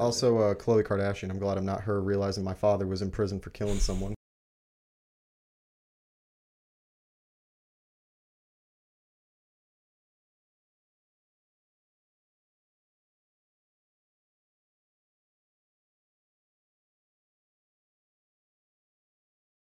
Also, uh, Khloe Kardashian. I'm glad I'm not her realizing my father was in prison for killing someone.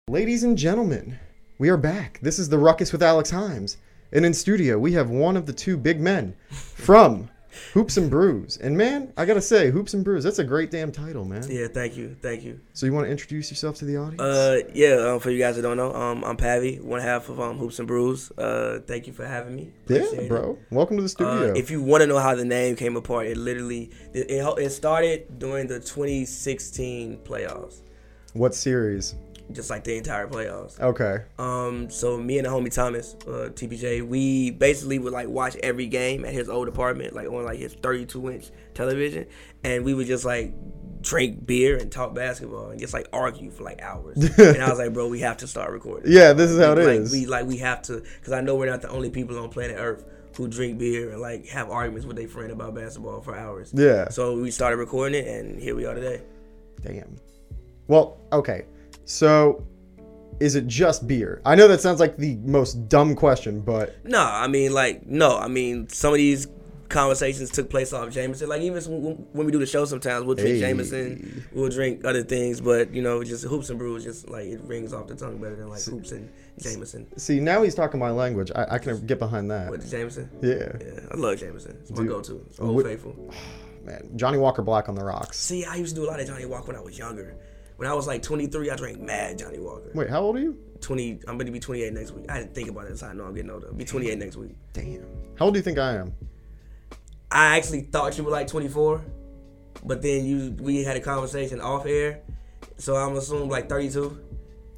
Ladies and gentlemen, we are back. This is the Ruckus with Alex Himes. And in studio, we have one of the two big men from Hoops and Brews. And man, I gotta say, Hoops and Brews, that's a great damn title, man. Yeah, thank you, thank you. So you want to introduce yourself to the audience? Uh, yeah, um, for you guys that don't know, um, I'm Pavi, one half of um, Hoops and Brews. Uh, thank you for having me. Appreciate yeah, it. bro. Welcome to the Uh, studio. if you want to know how the name came apart, it literally it, it, it started during the 2016 playoffs, what series? just like the entire playoffs. Okay. Um, so me and the homie Thomas, uh, TPJ, we basically would like watch every game at his old apartment, like on like his 32 inch television, and we would just like drink beer and talk basketball and just like argue for like hours. and I was like, bro, we have to start recording. Yeah, this is how it like, is. We like we have to, cause I know we're not the only people on planet Earth who drink beer and like have arguments with their friend about basketball for hours. Yeah. So we started recording it, and here we are today. Damn. Well, okay. So, is it just beer? I know that sounds like the most dumb question, but No, I mean like no, I mean some of these conversations took place off Jameson. Like even when when we do the show, sometimes we'll drink Hey. Jameson, we'll drink other things, but you know, just hoops and brews, just like it rings off the tongue better than like hoops and Jameson. see, now he's talking my language. I, I can get behind that. What Jameson? Yeah. Yeah, I love Jameson. It's my Dude. Oh, go-to. It's Old What- Faithful. Man, Johnny Walker Black on the rocks. See, I used to do a lot of Johnny Walker when I was younger. When I was like 23, I drank mad Johnny Walker. Wait, how old are you? 20, I'm gonna be 28 next week. I didn't think about it, so I know I'm getting older. I'll be 28 next week. Damn. How old do you think I am? I actually thought you were like 24, but then you we had a conversation off air, so I'm assuming like 32.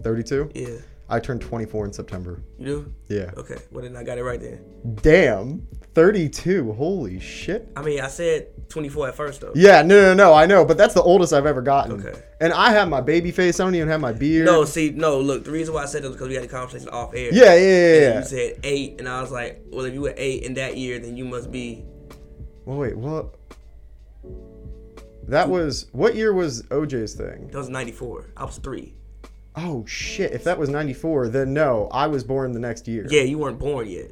32? Yeah, Oh. I turned 24 in September. you do. Yeah. Okay, well then I got it right then. Damn. 32. Holy shit. I mean, I said 24 at first though. Yeah, no, no, no, I know, but that's the oldest I've ever gotten. Okay. And I have my baby face. I don't even have my beard. No, see, no, look, the reason why I said that was because we had a conversation off air. Yeah, yeah, yeah. And yeah. You said eight, and I was like, well, if you were eight in that year, then you must be. Well, wait, what? That was what year was OJ's thing? That was 94. I was three. Oh shit! If that was '94, then no, I was born the next year. Yeah, you weren't born yet.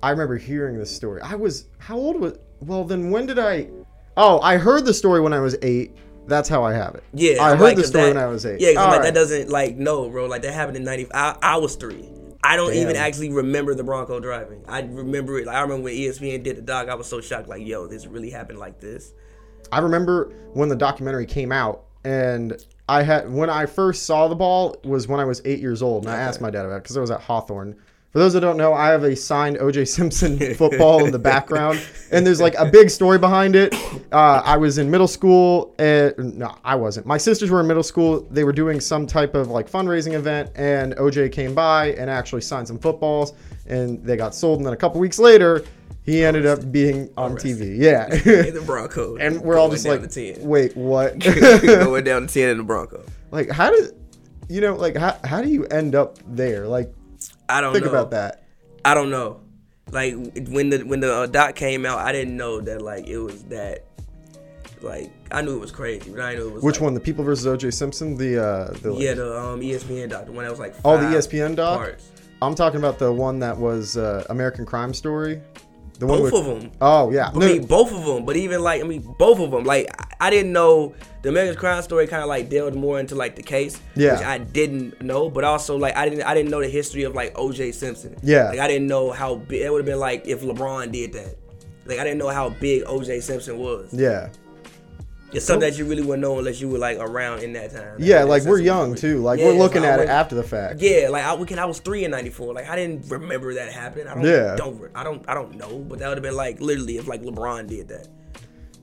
I remember hearing this story. I was how old was? Well, then when did I? Oh, I heard the story when I was eight. That's how I have it. Yeah, I I'm heard like, the 'cause story that- when I was eight. Yeah, 'cause I'm All like right. that doesn't like no, bro. Like that happened in '90. I, I was three. I don't even Damn. actually remember the Bronco driving. I remember it. Like I remember when E ESPN did the doc. I was so shocked. Like, yo, this really happened like this. I remember when the documentary came out, and I had when I first saw the ball was when I was eight years old, and I asked my dad about it because I was at Hawthorne. For those that don't know, I have a signed OJ Simpson football in the background, and there's like a big story behind it. Uh, I was in middle school, and no, I wasn't. My sisters were in middle school. They were doing some type of like fundraising event, and OJ came by and actually signed some footballs, and they got sold. And then a couple weeks later, he ended up being on TV. Yeah. In the Bronco, and we're all Going just down like, to ten. wait, what? going down to ten in the Bronco. like, how does, you know, like, how, how do you end up there? Like, I don't think know. about that. I don't know. Like when the when the uh, doc came out, I didn't know that like it was that. Like I knew it was crazy, but I didn't know it was. Which like, one? The People versus OJ Simpson? The, uh, the, Yeah, the um, ESPN doc, the one that was like. Oh, the five ESPN doc? parts. I'm talking about the one that was uh, American Crime Story. The one Both with, of them. Oh, yeah. I No, mean, both of them, but even like, I mean, both of them. Like, I, I didn't know the American Crime Story kind of like delved more into like the case, Yeah. which I didn't know. But also, like, I didn't, I didn't know the history of like O.J. Simpson. Yeah. like I didn't know how big it would have been like if LeBron did that. Like, I didn't know how big O.J. Simpson was. yeah. It's something that you really wouldn't know unless you were like around in that time. Yeah, That like, we're Simpson young, was- too. Like, Yeah, we're so looking I at it wouldn't- after the fact. Yeah, like I, we can, I was three in '94. Like I didn't remember that happening. I don't. Yeah. Don't. re- I don't. I don't know. But that would have been like literally if like LeBron did that.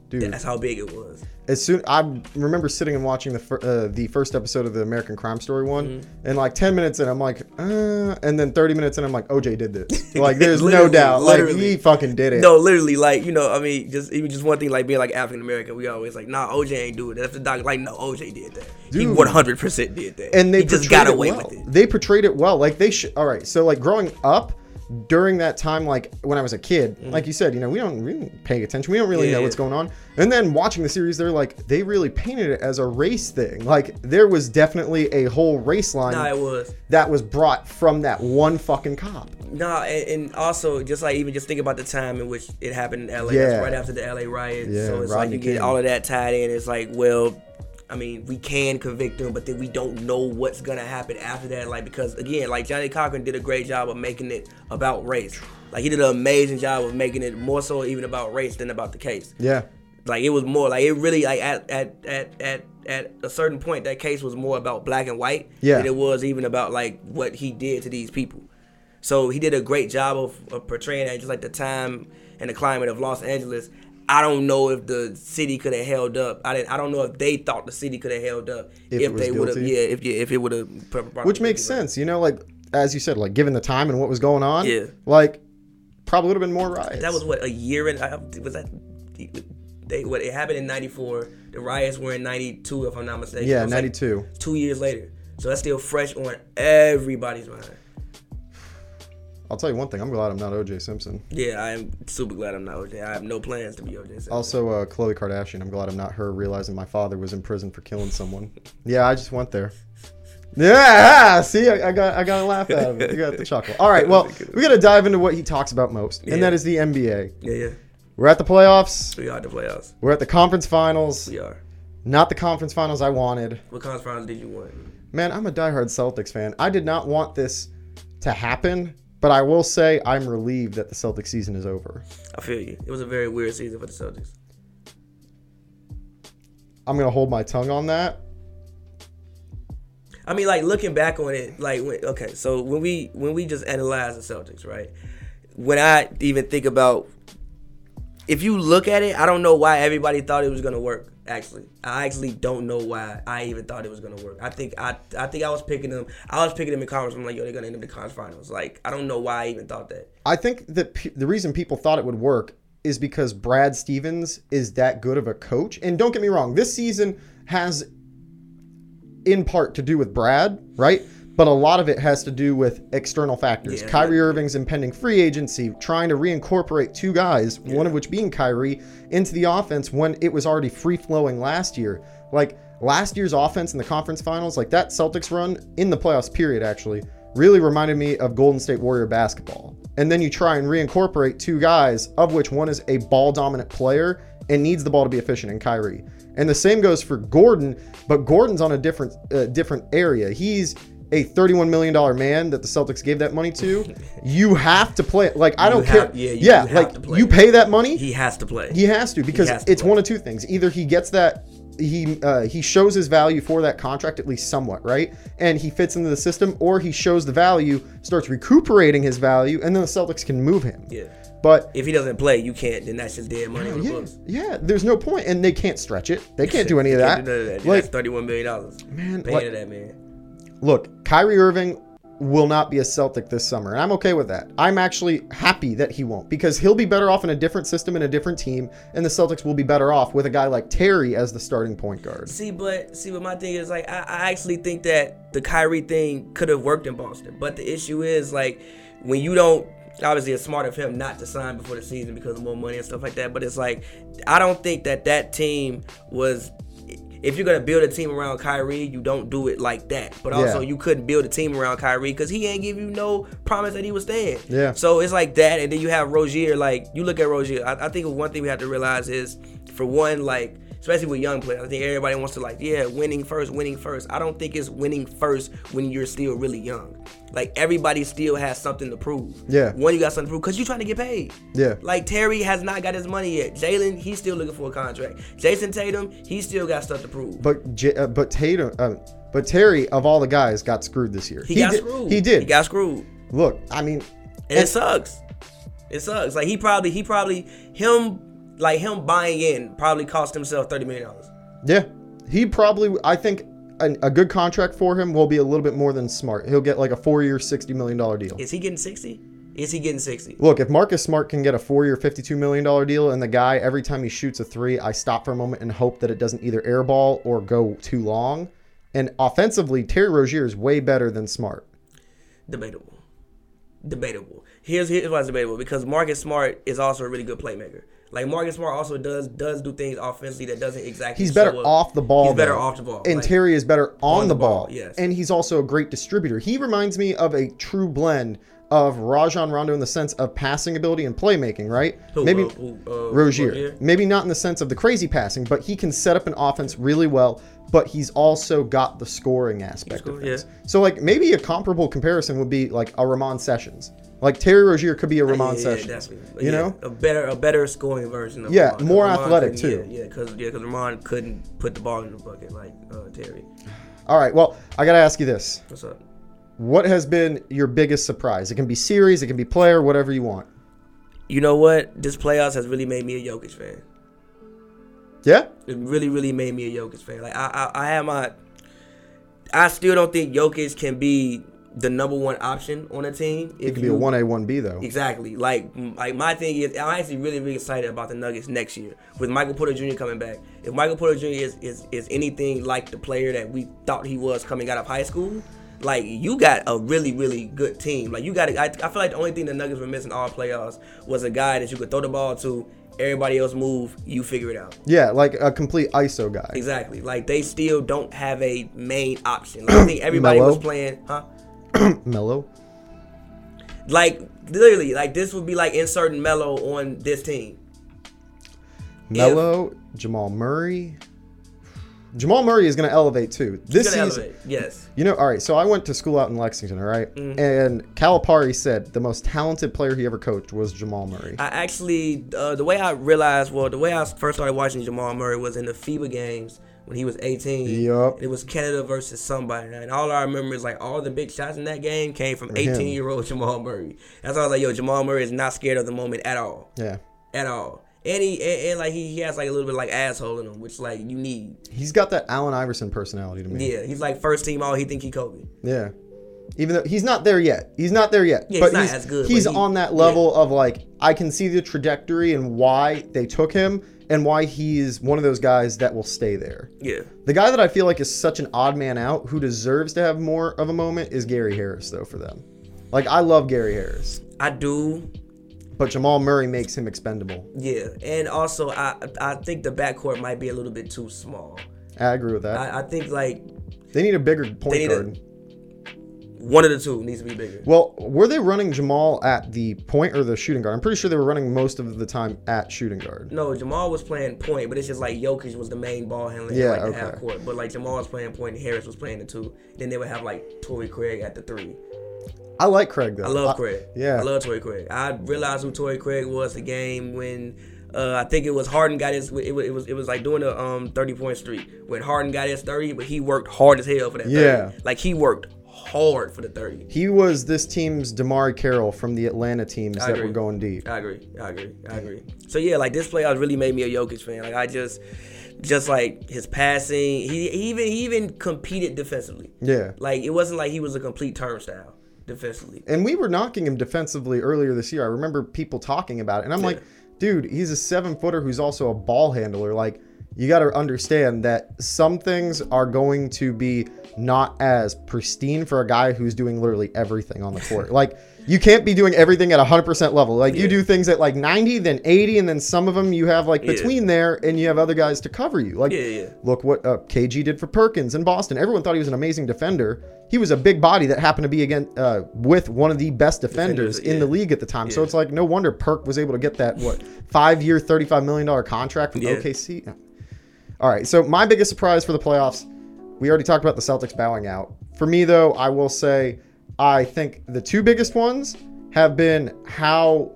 Dude. That's how big it was. as soon I remember sitting and watching the fir- uh, the first episode of the American Crime Story one, Mm-hmm. and like ten minutes in, I'm like, uh, and then thirty minutes in, I'm like, OJ did this. Like, there's no Literally, doubt, like literally. he fucking did it. No, literally, like you know, I mean, just even just one thing, like being like African American, we always like, nah, OJ ain't do it. That's the doc. Like, no, OJ did that. He Dude. one hundred percent did that. and they he just portrayed got it away well. with it. They portrayed it well. Like they should. All right, so like growing up, during that time, like when I was a kid, like you said, you know, we don't really pay attention. We don't really Mm-hmm. Yeah, know yeah. what's going on. And then watching the series, they're like, they really painted it as a race thing. Like there was definitely a whole race line Nah, it was. that was brought from that one fucking cop. Nah, and, and also just like even just think about the time in which it happened in LA. Yeah. That's right after the LA riots. Yeah, so it's Rodney like you King. get all of that tied in. It's like, well, I mean, we can convict him, but then we don't know what's gonna happen after that. Like because again, like Johnny Cochran did a great job of making it about race. Like he did an amazing job of making it more so even about race than about the case. Yeah. Like it was more like it really like at at at at at a certain point that case was more about black and white Yeah. than it was even about like what he did to these people. So he did a great job of, of portraying that just like the time and the climate of Los Angeles. I don't know if the city could have held up. I didn't. I don't know if they thought the city could have held up If if, it was they would have. guilty? Yeah, if yeah, if it would have. Which makes sense, you know, like as you said, like given the time and what was going on, Yeah. like probably would have been more riots. That was what a year and I- was that they what it happened in '94. The riots were in '92, if I'm not mistaken. It yeah, was like 92. two years later. So that's still fresh on everybody's mind. I'll tell you one thing, I'm glad I'm not OJ Simpson. Yeah, I am super glad I'm not OJ. I have no plans to be OJ. Simpson. Also, uh, Khloe Kardashian. I'm glad I'm not her realizing my father was in prison for killing someone. Yeah, I just went there. Yeah, see, I, I got I got a laugh out of it. You got the chuckle. All right, well, we got to dive into what he talks about most, and Yeah. that is the NBA. Yeah, yeah. We're at the playoffs. We are the playoffs. We're at the conference finals. We are. Not the conference finals I wanted. What conference finals did you want? Man, I'm a diehard Celtics fan. I did not want this to happen, but I will say I'm relieved that the Celtics season is over. I feel you. It was a very weird season for the Celtics. I'm gonna hold my tongue on that. I mean, like looking back on it, like when, okay, so when we when we just analyze the Celtics, right? When I even think about, if you look at it, I don't know why everybody thought it was gonna work. Actually, I actually don't know why I even thought it was gonna work. I think I I think I was picking them. I was picking them in conference. I'm like, yo, they're gonna end up in conference finals. Like, I don't know why I even thought that. I think that pe- the reason people thought it would work is because Brad Stevens is that good of a coach. And don't get me wrong, this season has in part to do with Brad, right? But a lot of it has to do with external factors. Yeah. Kyrie Irving's impending free agency, trying to reincorporate two guys, one of which being Kyrie, into the offense when it was already free flowing last year. Like last year's offense in the conference finals, like that Celtics run in the playoffs period actually really reminded me of Golden State Warrior basketball. And then you try and reincorporate two guys, of which one is a ball dominant player and needs the ball to be efficient in Kyrie. And the same goes for Gordon, but Gordon's on a different uh, different area. He's a $31 million man that the Celtics gave that money to. you have to play. Like, I don't have- care. yeah, you yeah have like, to play. you pay that money, He has to play. he has to because has to it's play. one of two things. Either he gets that he uh, he shows his value for that contract at least somewhat, right? And he fits into the system, or he shows the value, starts recuperating his value, and then the Celtics can move him. Yeah. But If he doesn't play, you can't. Then that's just dead money on the yeah, books. yeah, there's no point, and they can't stretch it. They can't do any of that. Can't do none of that. Like, that's thirty-one million dollars. Man, pay like- into that man. look, Kyrie Irving will not be a Celtic this summer, and I'm okay with that. I'm actually happy that he won't because he'll be better off in a different system and a different team, and the Celtics will be better off with a guy like Terry as the starting point guard. See, but see, but my thing is like I, I actually think that the Kyrie thing could have worked in Boston, but the issue is like when you don't. Obviously, it's smart of him not to sign before the season because of more money and stuff like that. But it's like I don't think that that team was. If you're gonna build a team around Kyrie, you don't do it like that. But also, Yeah. you couldn't build a team around Kyrie because he ain't give you no promise that he was staying. Yeah. So it's like that, and then you have Rozier. Like you look at Rozier, I, I think one thing we have to realize is, for one, like especially with young players, I think everybody wants to like, yeah, winning first, winning first. I don't think it's winning first when you're still really young. Like everybody still has something to prove. Yeah. One, you got something to prove because you're trying to get paid. Yeah. Like Terry has not got his money yet. Jalen, he's still looking for a contract. Jason Tatum, he still got stuff to prove. But J- uh, but Tatum, uh, but Terry of all the guys got screwed this year. he, got did, screwed. He did. He got screwed. Look, I mean, and it sucks. It sucks. Like he probably, he probably, him, like him buying in probably cost himself thirty million dollars. yeah, he probably. I think an, a good contract for him will be a little bit more than smart. He'll get like a four-year, sixty million dollar deal. Is he getting sixty? Is he getting sixty? Look, if Marcus Smart can get a four-year, fifty-two million dollar deal, and the guy every time he shoots a three, I stop for a moment and hope that it doesn't either airball or go too long. And offensively, Terry Rozier is way better than Smart. Debatable. debatable. Here's here's why it's debatable because Marcus Smart is also a really good playmaker. Like Marcus Smart also does does do things offensively that doesn't exactly. He's better show up. off the ball. uh, He's better though. off the ball. And Like, Terry is better on, the ball. yes. And he's also a great distributor. He reminds me of a true blend of Rajon Rondo in the sense of passing ability and playmaking, right? who, Maybe uh, who, uh, Rozier. Maybe not in the sense of the crazy passing, but he can set up an offense really well, but he's also got the scoring aspect of Score, things. So like maybe a comparable comparison would be like a Ramon Sessions. Like Terry Rozier could be a Ramon Sessions. definitely. you Yeah, know? a better a better scoring version. of Yeah, Ramon. more Ramon athletic, too. couldn't- Yeah, because yeah, because Ramon couldn't put the ball in the bucket like uh, Terry. All right, well, I got to ask you this. What's up? What has been your biggest surprise? It can be series, it can be player, whatever you want. You know what? This playoffs has really made me a Jokic fan. Yeah? It really, really made me a Jokic fan. Like I, I, I have my. I still don't think Jokic can be the number one option on a team. It could be a one A, one B though. Exactly. Like, like my thing is, I'm actually really, really excited about the Nuggets next year with Michael Porter Jr. coming back. If Michael Porter Jr. is is, is anything like the player that we thought he was coming out of high school, like you got a really, really good team. Like you got, I, I feel like the only thing the Nuggets were missing all playoffs was a guy that you could throw the ball to. Everybody else move, you figure it out. Yeah, like a complete ISO guy. Exactly. Like they still don't have a main option. Like, I think everybody Melo? was playing, huh? Mellow. Like literally, like this would be like inserting Melo on this team. Mellow, Jamal Murray. Jamal Murray is gonna elevate too. This Gonna season elevate, Yes. you know, all right, so I went to school out in Lexington, all right? Mm-hmm. And Calipari said the most talented player he ever coached was Jamal Murray. I actually, uh, the way I realized, well, the way I first started watching Jamal Murray was in the FIBA games when he was 18. Yup. It was Canada versus somebody. And all I remember is like all the big shots in that game came from him. 18 year old Jamal Murray. That's why I was like, yo, Jamal Murray is not scared of the moment at all. yeah. At all. And he, and, and like he, he has like a little bit like asshole in him, which like you need. He's got that Allen Iverson personality to me. Yeah, he's like first team all. He think he Kobe. Yeah. Even though he's not there yet. He's not there yet. Yeah, but he's not he's, as good, but he's he- on that level of like I can see the trajectory and why they took him and why he's one of those guys that will stay there. Yeah. The guy that I feel like is such an odd man out who deserves to have more of a moment is Gary Harris though for them. Like I love Gary Harris, I do but Jamal Murray makes him expendable. Yeah, and also I I think the backcourt might be a little bit too small. I agree with that. I, I think like They need a bigger point need a- guard. one of the two needs to be bigger. Well, were they running Jamal at the point or the shooting guard? I'm pretty sure they were running most of the time at shooting guard. No, Jamal was playing point, but it's just like Jokic was the main ball handler Yeah, yeah, like the okay. half court. But like Jamal was playing point, and Harris was playing the two. Then they would have like Torrey Craig at the three. I like Craig though. I love Craig. Uh, yeah. I love Torrey Craig. I realized who Torrey Craig was the game when uh, I think it was Harden got his. It was it was, it was like doing a um thirty point streak when Harden got his thirty, but he worked hard as hell for that. Yeah. 30. like he worked hard for the thirty. He was this team's Damari Carroll from the Atlanta teams that agree. were going deep. I agree. I agree. I agree. So yeah, like this playoffs really made me a Jokic fan. Like I just, just like his passing. He, he even he even competed defensively. Yeah. Like it wasn't like he was a complete turnstile defensively. And we were knocking him defensively earlier this year. I remember people talking about it. And I'm like, dude, he's a seven footer who's also a ball handler. Like, you got to understand that some things are going to be not as pristine for a guy who's doing literally everything on the court. like, you can't be doing everything at 100% level. Like, you Yeah. do things at like 90, then 80, and then some of them you have like between there and you have other guys to cover you. Like, Yeah, yeah. Look what uh, KG did for Perkins in Boston. Everyone thought he was an amazing defender. He was a big body that happened to be again uh, with one of the best defenders, Defenders, in the yeah. league at the time. So Yeah. it's like no wonder Perk was able to get that what five year, thirty five million dollar contract from Yeah. OKC. All right. So my biggest surprise for the playoffs, we already talked about the Celtics bowing out. For me though, I will say I think the two biggest ones have been how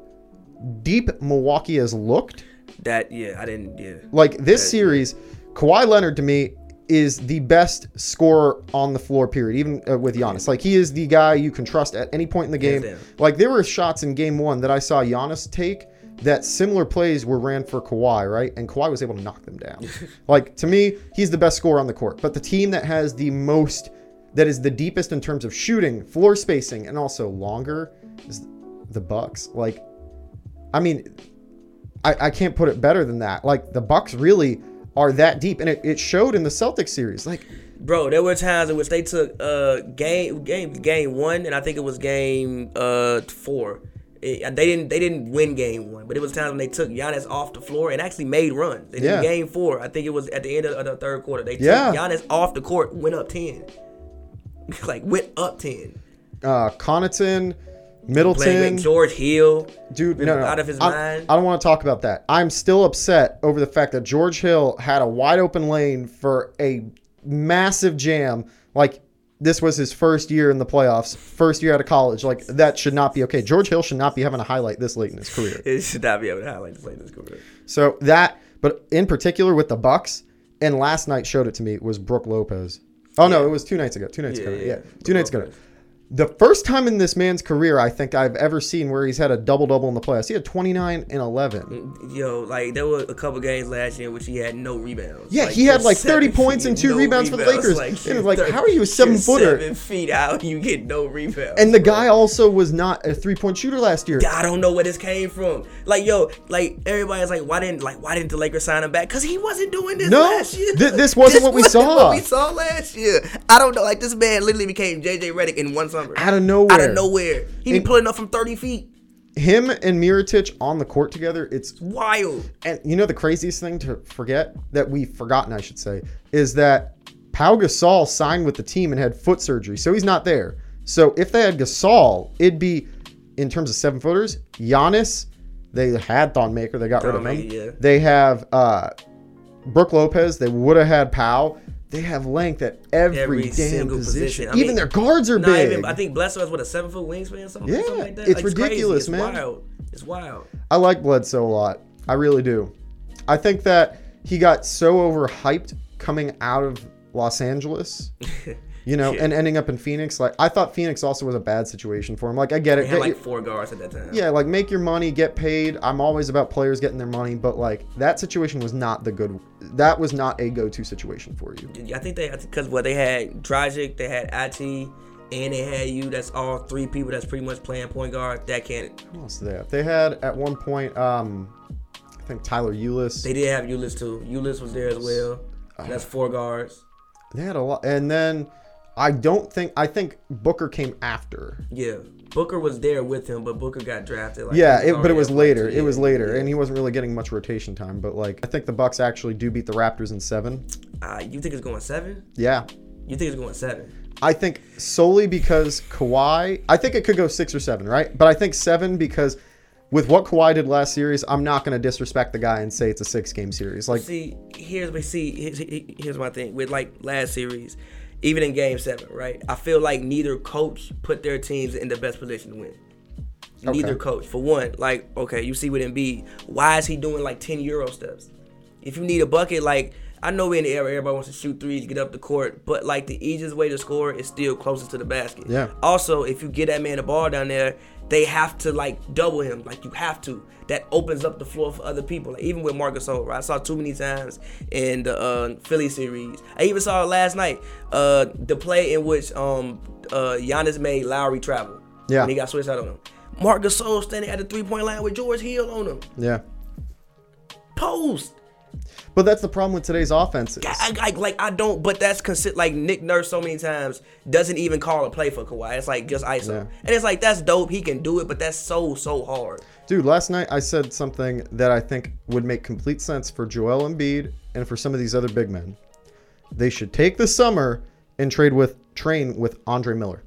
deep Milwaukee has looked That yeah, I didn't yeah. like this series, Kawhi Leonard to me is the best scorer on the floor. Period. Even uh, with Giannis, like he is the guy you can trust at any point in the game. Hands down. Like there were shots in Game One that I saw Giannis take that similar plays were ran for Kawhi, right? And Kawhi was able to knock them down. like to me, he's the best scorer on the court. But the team that has the most, that is the deepest in terms of shooting, floor spacing, and also longer, is the Bucks. Like, I mean, I, I can't put it better than that. Like the Bucks really are that deep, and it, it showed in the Celtics series. Like Bro, there were times in which they took uh game game game one, and I think it was game uh four. It- they didn't they didn't win game one, but it was times when they took Giannis off the floor and actually made runs. And Yeah. in game four, I think it was at the end of, of the third quarter, they took Yeah. Giannis off the court, went up ten, like went up ten. uh, Connaughton, Playing Middleton, with George Hill, dude, no, no, out of his I, mind. I don't want to talk about that. I'm still upset over the fact that George Hill had a wide open lane for a massive jam. Like this was his first year in the playoffs, first year out of college. Like that should not be okay. George Hill should not be having a highlight this late in his career. It should not be able to highlight this late in this career. So that, but in particular with the Bucks, and last night showed it to me was Brooke Lopez. Oh no, it was two nights ago. Two nights Yeah, ago. yeah, Yeah, yeah. two nights ago. The first time in this man's career, I think I've ever seen where he's had a double double in the playoffs. He had 29 and 11. Mm, Yo, like there were a couple games last year in which he had no rebounds. Yeah, he had, you're like, 30 seven points and feet, two rebounds for the Lakers. It you're was like, thir- how are you a you're seven-footer? Seven feet out, you get no rebounds. And the bro. guy also was not a three point shooter last year. I don't know where this came from. Like, yo, like everybody's like, why didn't like why didn't the Lakers sign him back? Cause he wasn't doing this No, last year. thi- this wasn't what we wasn't saw. What we saw last year. I don't know. Like this man literally became JJ Redick in one summer. Out of nowhere. Out of nowhere. He be And- pulling up from thirty feet. Him and Miritich on the court together, it's Wild. and you know the craziest thing to forget that we've forgotten, I should say, is that Pau Gasol signed with the team and had foot surgery, so he's not there. So if they had Gasol, it'd be in terms of seven footers, Giannis. They had Thon Maker, they got rid of him. Thonmaker, yeah. They have uh Brooke Lopez, they would have had Powell. They have length at every, Every damn single position. position. I even mean, their guards are Nah, big. even, I think Bledsoe has what a seven foot wingspan, something, Yeah, something like that. it's Like, ridiculous, crazy. man. It's wild. It's wild. I like Bledsoe a lot. I really do. I think that he got so overhyped coming out of Los Angeles, you know, Yeah. and ending up in Phoenix. Like I thought Phoenix also was a bad situation for him. Like I get it. They had get like your- four guards at that time. yeah, like make your money, get paid. I'm always about players getting their money, but like that situation was not the good. That was not a go-to situation for you. I think they because what they had Dragic, they had It, and they had you. That's all three people that's pretty much playing point guard. That can't. What else did they have? They had at one point, um, I think Tyler Eulis. They did have Ulyss too. Ulyss was there as well. Ah. That's four guards. they had a lot, and then I don't think I think Booker came after. Yeah, Booker was there with him, but Booker got drafted. Like, Yeah, he it, but it already was up later. to- It was yeah. later, and he wasn't really getting much rotation time. But like, I think the Bucks actually do beat the Raptors in seven. Uh, you think it's going seven? Yeah, You think it's going seven? I think solely because Kawhi. I think it could go six or seven, right? But I think seven because with what Kawhi did last series, I'm not going to disrespect the guy and say it's a six game series. Like, See, here's but see, here's, here's my thing with like last series, even in Game Seven, right? I feel like neither coach put their teams in the best position to win. Neither coach. For one, like okay, you see with Embiid, why is he doing like ten euro steps? If you need a bucket, like I know we're in the era everybody wants to shoot threes, get up the court, but like the easiest way to score is still closest to the basket. Yeah. Also, if you get that man the ball down there, they have to like double him. Like you have to. That opens up the floor for other people. Like even with Marcus Over, I saw too many times in the uh, Philly series. I even saw it last night. Uh, the play in which um uh Giannis made Lowry travel. Yeah. And he got switched out on him. Mark Gasol standing at the three point line with George Hill on him. yeah. Post. But that's the problem with today's offenses. I, I, like like I don't, but that's consider like Nick Nurse so many times doesn't even call a play for Kawhi. It's like just ISO, Yeah. and it's like that's dope. He can do it, but that's so so hard. Dude, last night I said something that I think would make complete sense for Joel Embiid and for some of these other big men. They should take the summer and trade with train with Andre Miller.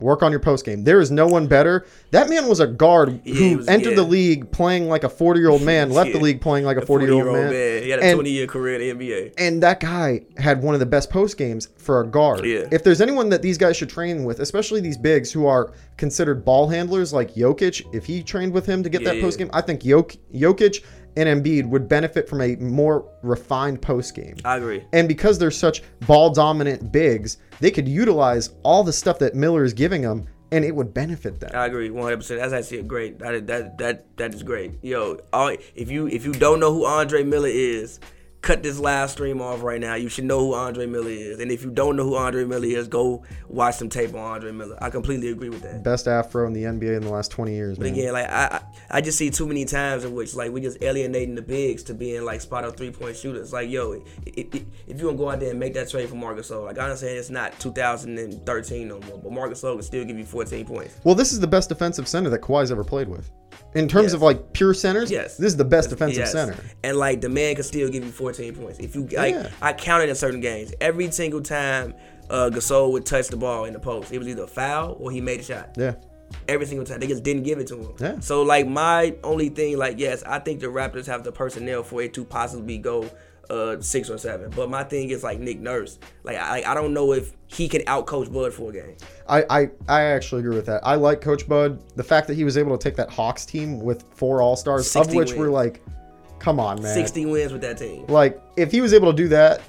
Work on your post game. There is no one better. That man was a guard Yeah, he who was- entered the yeah. league playing like a 40 year old man, left the Yeah. league playing like a 40 Forty year old man. He had a And- twenty year career in the NBA. and that guy had one of the best post games for a guard. Yeah. If there's anyone that these guys should train with, especially these bigs who are considered ball handlers like Jokic, if he trained with him to get that Yeah. post game, I think Jok- Jokic and Embiid would benefit from a more refined post game. I agree. And because they're such ball dominant bigs, they could utilize all the stuff that Miller is giving them and it would benefit them. I agree, one hundred percent. That's actually a great. That is- that that that is great. Yo, all, if you if you don't know who Andre Miller is, cut this live stream off right now. You should know who Andre Miller is. And if you don't know who Andre Miller is, go watch some tape on Andre Miller. I completely agree with that. Best afro in the NBA in the last 20 years, But man. again, like I, I, I just see too many times in which like we just alienating the bigs to being like spot up three point shooters. Like yo, i i if you gonna go out there and make that trade for Marcus, like I'm not saying it's not 2013 no more, but Marcus can still give you 14 points. Well, this is the best defensive center that Kawhi's ever played with. In terms Yes. of like pure centers, Yes. this is the best defensive Yes. center. And like the man can still give you 14 points. If you like, Yeah. I counted in certain games every single time uh, Gasol would touch the ball in the post, it was either a foul or he made a shot. Yeah. every single time. They just didn't give it to him. Yeah. So like my only thing, like yes, I think the Raptors have the personnel for it to possibly go uh six or seven. But my thing is like Nick Nurse. Like I I don't know if he can outcoach Bud for a game. I, I, I actually agree with that. I like Coach Bud. The fact that he was able to take that Hawks team with four All Stars, of 60 which we're wins. like, come on, man. Sixty wins with that team. Like, if he was able to do that,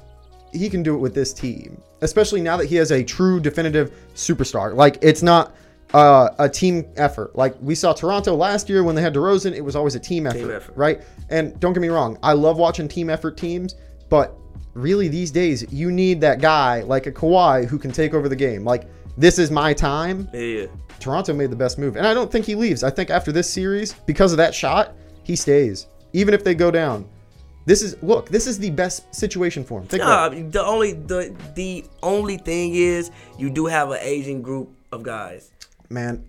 he can do it with this team. Especially now that he has a true definitive superstar. Like, it's not uh, a team effort. Like we saw Toronto last year when they had DeRozan, it was always a team effort, effort. right? And don't get me wrong, I love watching team effort teams, but really these days you need that guy like a Kawhi who can take over the game. Like, this is my time. Yeah. Toronto made the best move. And I don't think he leaves. I think after this series, because of that shot, he stays. Even if they go down. This is look, this is the best situation for him. Think Nah, about it. the only the the only thing is you do have an aging group of guys. man.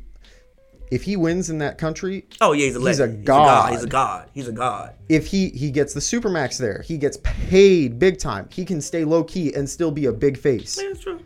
If he wins in that country, Oh yeah, he's a He's a legend. god. god. He's a god. He's a god. if he he gets the supermax there, he gets paid big time. He can stay low key and still be a big face. Yeah, it's true.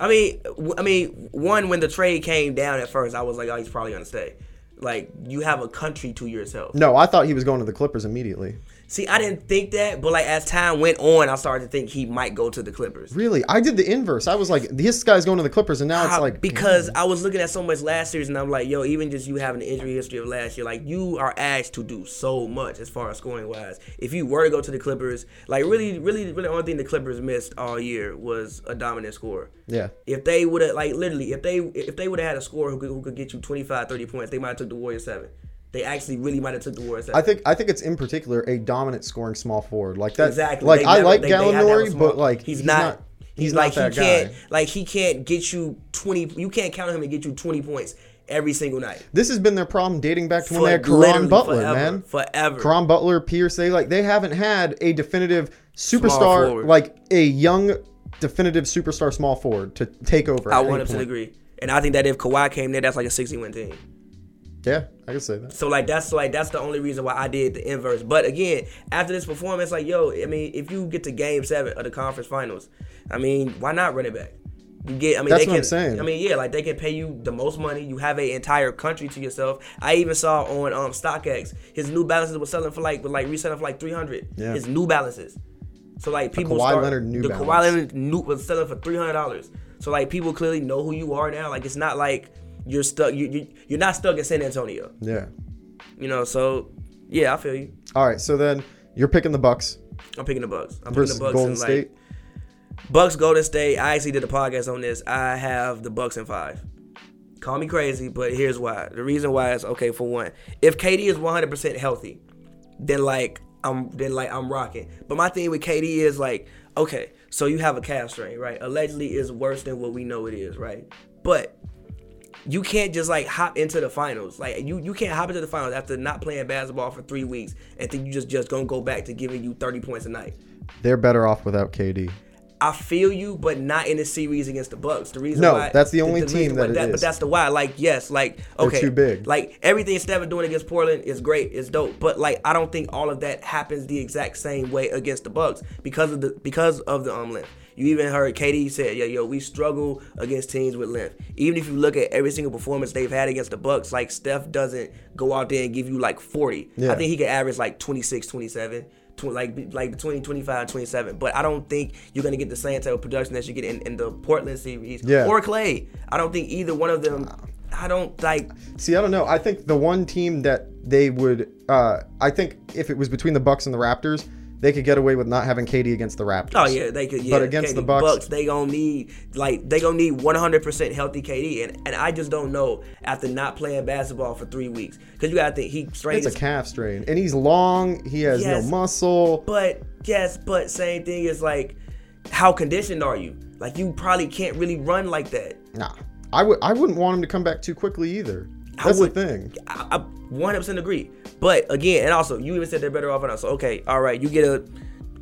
I mean, w- I mean, one when the trade came down at first, I was like, oh, he's probably gonna stay. Like, you have a country to yourself. No, I thought he was going to the Clippers immediately. See, I didn't think that, but like as time went on, I started to think he might go to the Clippers. Really? I did the inverse. I was like, this guy's going to the Clippers, and now it's I- like because I was looking at so much last series, and I'm like, yo, even just you having the injury history of last year, like you are asked to do so much as far as scoring wise. If you were to go to the Clippers, like really, really, really, the only thing the Clippers missed all year was a dominant scorer. Yeah. If they would have like literally, if they if they would have had a scorer who could, who could get you 25, 30 points, they might have took the Warriors seven. They actually really might have took the Warriors seven. I think I think it's in particular a dominant scoring small forward like that. exactly. Like They I never- like they- they had to have a Gallinari, small- but like he's, not. he's, he's not like that he can't guy. like he can't get you twenty. You can't count on him to get you twenty points every single night. This has been their problem dating back to when For they had literally Karan Butler, forever, man. forever. Karan Butler, Pierce, they like they haven't had a definitive superstar forward. like a young definitive superstar small forward to take over. I at want any him to point. agree, and I think that if Kawhi came there, that's like a sixty win team. Yeah, I can say that. So like that's like that's the only reason why I did the inverse. But again, after this performance, like yo, I mean, if you get to Game Seven of the Conference Finals, I mean, why not run it back? You get, I mean, That's they what can, I'm saying. I mean, yeah, like they can pay you the most money. You have an entire country to yourself. I even saw on um StockX his New Balances was selling for like, was like reselling for like 300. Yeah. His New Balances. So like people Kawhi start, Leonard New the Kawhi Balance. Leonard New was selling for three hundred dollars. So like people clearly know who you are now. Like it's not like you're stuck. You, you you're not stuck in San Antonio. Yeah. You know, so yeah, I feel you. All right, so then you're picking the Bucks I'm picking the Bucks. I'm versus picking the Bucks Golden and like State. Bucks Golden State. I actually did a podcast on this. I have the Bucks in five. Call me crazy, but here's why. The reason why is okay for one. If KD is 100% healthy, then like I'm then like I'm rocking. But my thing with KD is like, okay, so you have a calf strain, right? Allegedly is worse than what we know it is, right? But you can't just like hop into the finals. Like you, you can't hop into the finals after not playing basketball for three weeks and think you just just gonna go back to giving you 30 points a night. They're better off without KD. I feel you, but not in the series against the Bucks. The reason No, why that's the only team reason why that it But is. that's the why. Like yes, like okay, too big. Like everything Stephen doing against Portland is great, is dope. But like I don't think all of that happens the exact same way against the Bucks because of the because of the um length. You even heard KD said, "Yo, yo, we struggle against teams with length. Even if you look at every single performance they've had against the Bucks, like Steph doesn't go out there and give you like 40. Yeah. I think he could average like 26, 27, tw- like be- like between 25 and 27. But I don't think you're gonna get the same type of production that you get in, in the Portland series Yeah. or Clay. I don't think either one of them. I don't like. See, I don't know. I think the one team that they would, uh, I think if it was between the Bucks and the Raptors, they could get away with not having KD against the Raptors. Oh yeah, they could. Yeah, against KD the Bucks- they gonna need like they gonna need 100% healthy KD, and and I just don't know after not playing basketball for three weeks because you gotta think he strained It's a his calf strain, and he's long. He has Yes. no muscle. But Yes, but same thing is like, how conditioned are you? Like you probably can't really run like that. Nah, I would. I wouldn't want him to come back too quickly either. I That's would- the thing. I, I 100% agree. But again, and also, you even said they're better off on us. So, okay, all right, you get a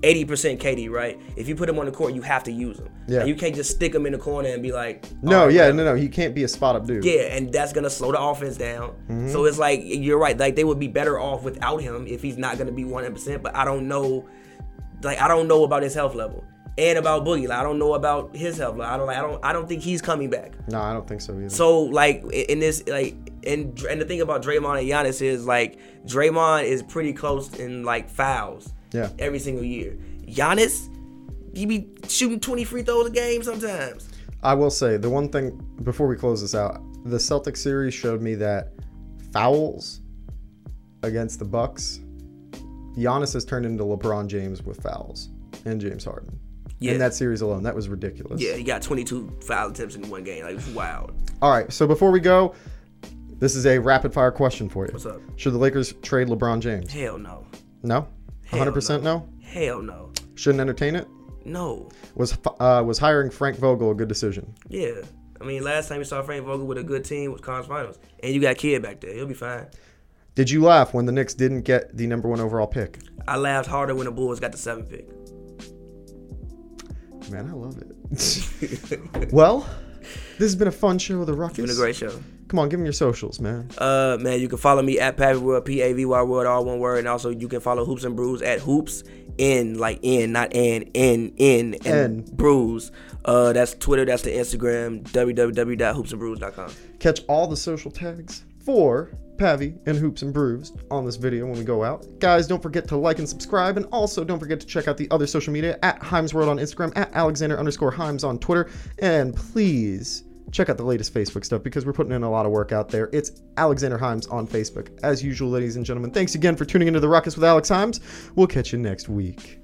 80% KD, right? If you put him on the court, you have to use him. Yeah. And you can't just stick him in the corner and be like, No, yeah, no, no. He can't be a spot up dude. Oh, yeah, and that's gonna slow the offense down. So it's like you're right. Like they would be better off without him if he's not gonna be 100. percent But I don't know, like I don't know about his health level and about Boogie. Like I don't know about his health level. I don't. Like, I don't. I don't think he's coming back. No, I don't think so either. So like i- in this like and and the thing about Draymond and Giannis is like Draymond is pretty close in like fouls. Yeah. Every single year, Giannis, he be shooting 20 free throws a game sometimes. I will say the one thing before we close this out, the Celtics series showed me that fouls against the Bucks, Giannis has turned into LeBron James with fouls and James Harden. Yeah. In that series alone, that was ridiculous. Yeah, he got 22 foul attempts in one game. Like it's wild. All right, so before we go, this is a rapid fire question for you. What's up? Should the Lakers trade LeBron James? Hell no. No. 100% no. Hell no. Shouldn't entertain it. No. Was uh, was hiring Frank Vogel a good decision? Yeah. I mean, last time you saw Frank Vogel with a good team was conference finals, and you got Kid back there. He'll be fine. Did you laugh when the Knicks didn't get the number 1 overall pick? I laughed harder when the Bulls got the seventh pick. Man, I love it. well, this has been a fun show of the Ruckus. Been a great show. Come on, give them your socials, man. Uh, man, you can follow me at Pavy World, P A V Y World, all one word, and also you can follow Hoops and Brews at Hoops N, like N, not N, N, N, and N. Brews. Uh, that's Twitter, that's the Instagram, www.hoopsandbrews.com. Catch all the social tags for Pavi and Hoops and Brews on this video when we go out. Guys, don't forget to like and subscribe, and also don't forget to check out the other social media at Himes World on Instagram, at Alexander underscore Himes on Twitter, and please check out the latest Facebook stuff because we're putting in a lot of work out there. It's Alexander Himes on Facebook. As usual, ladies and gentlemen, thanks again for tuning into the Ruckus with Alex Himes. We'll catch you next week.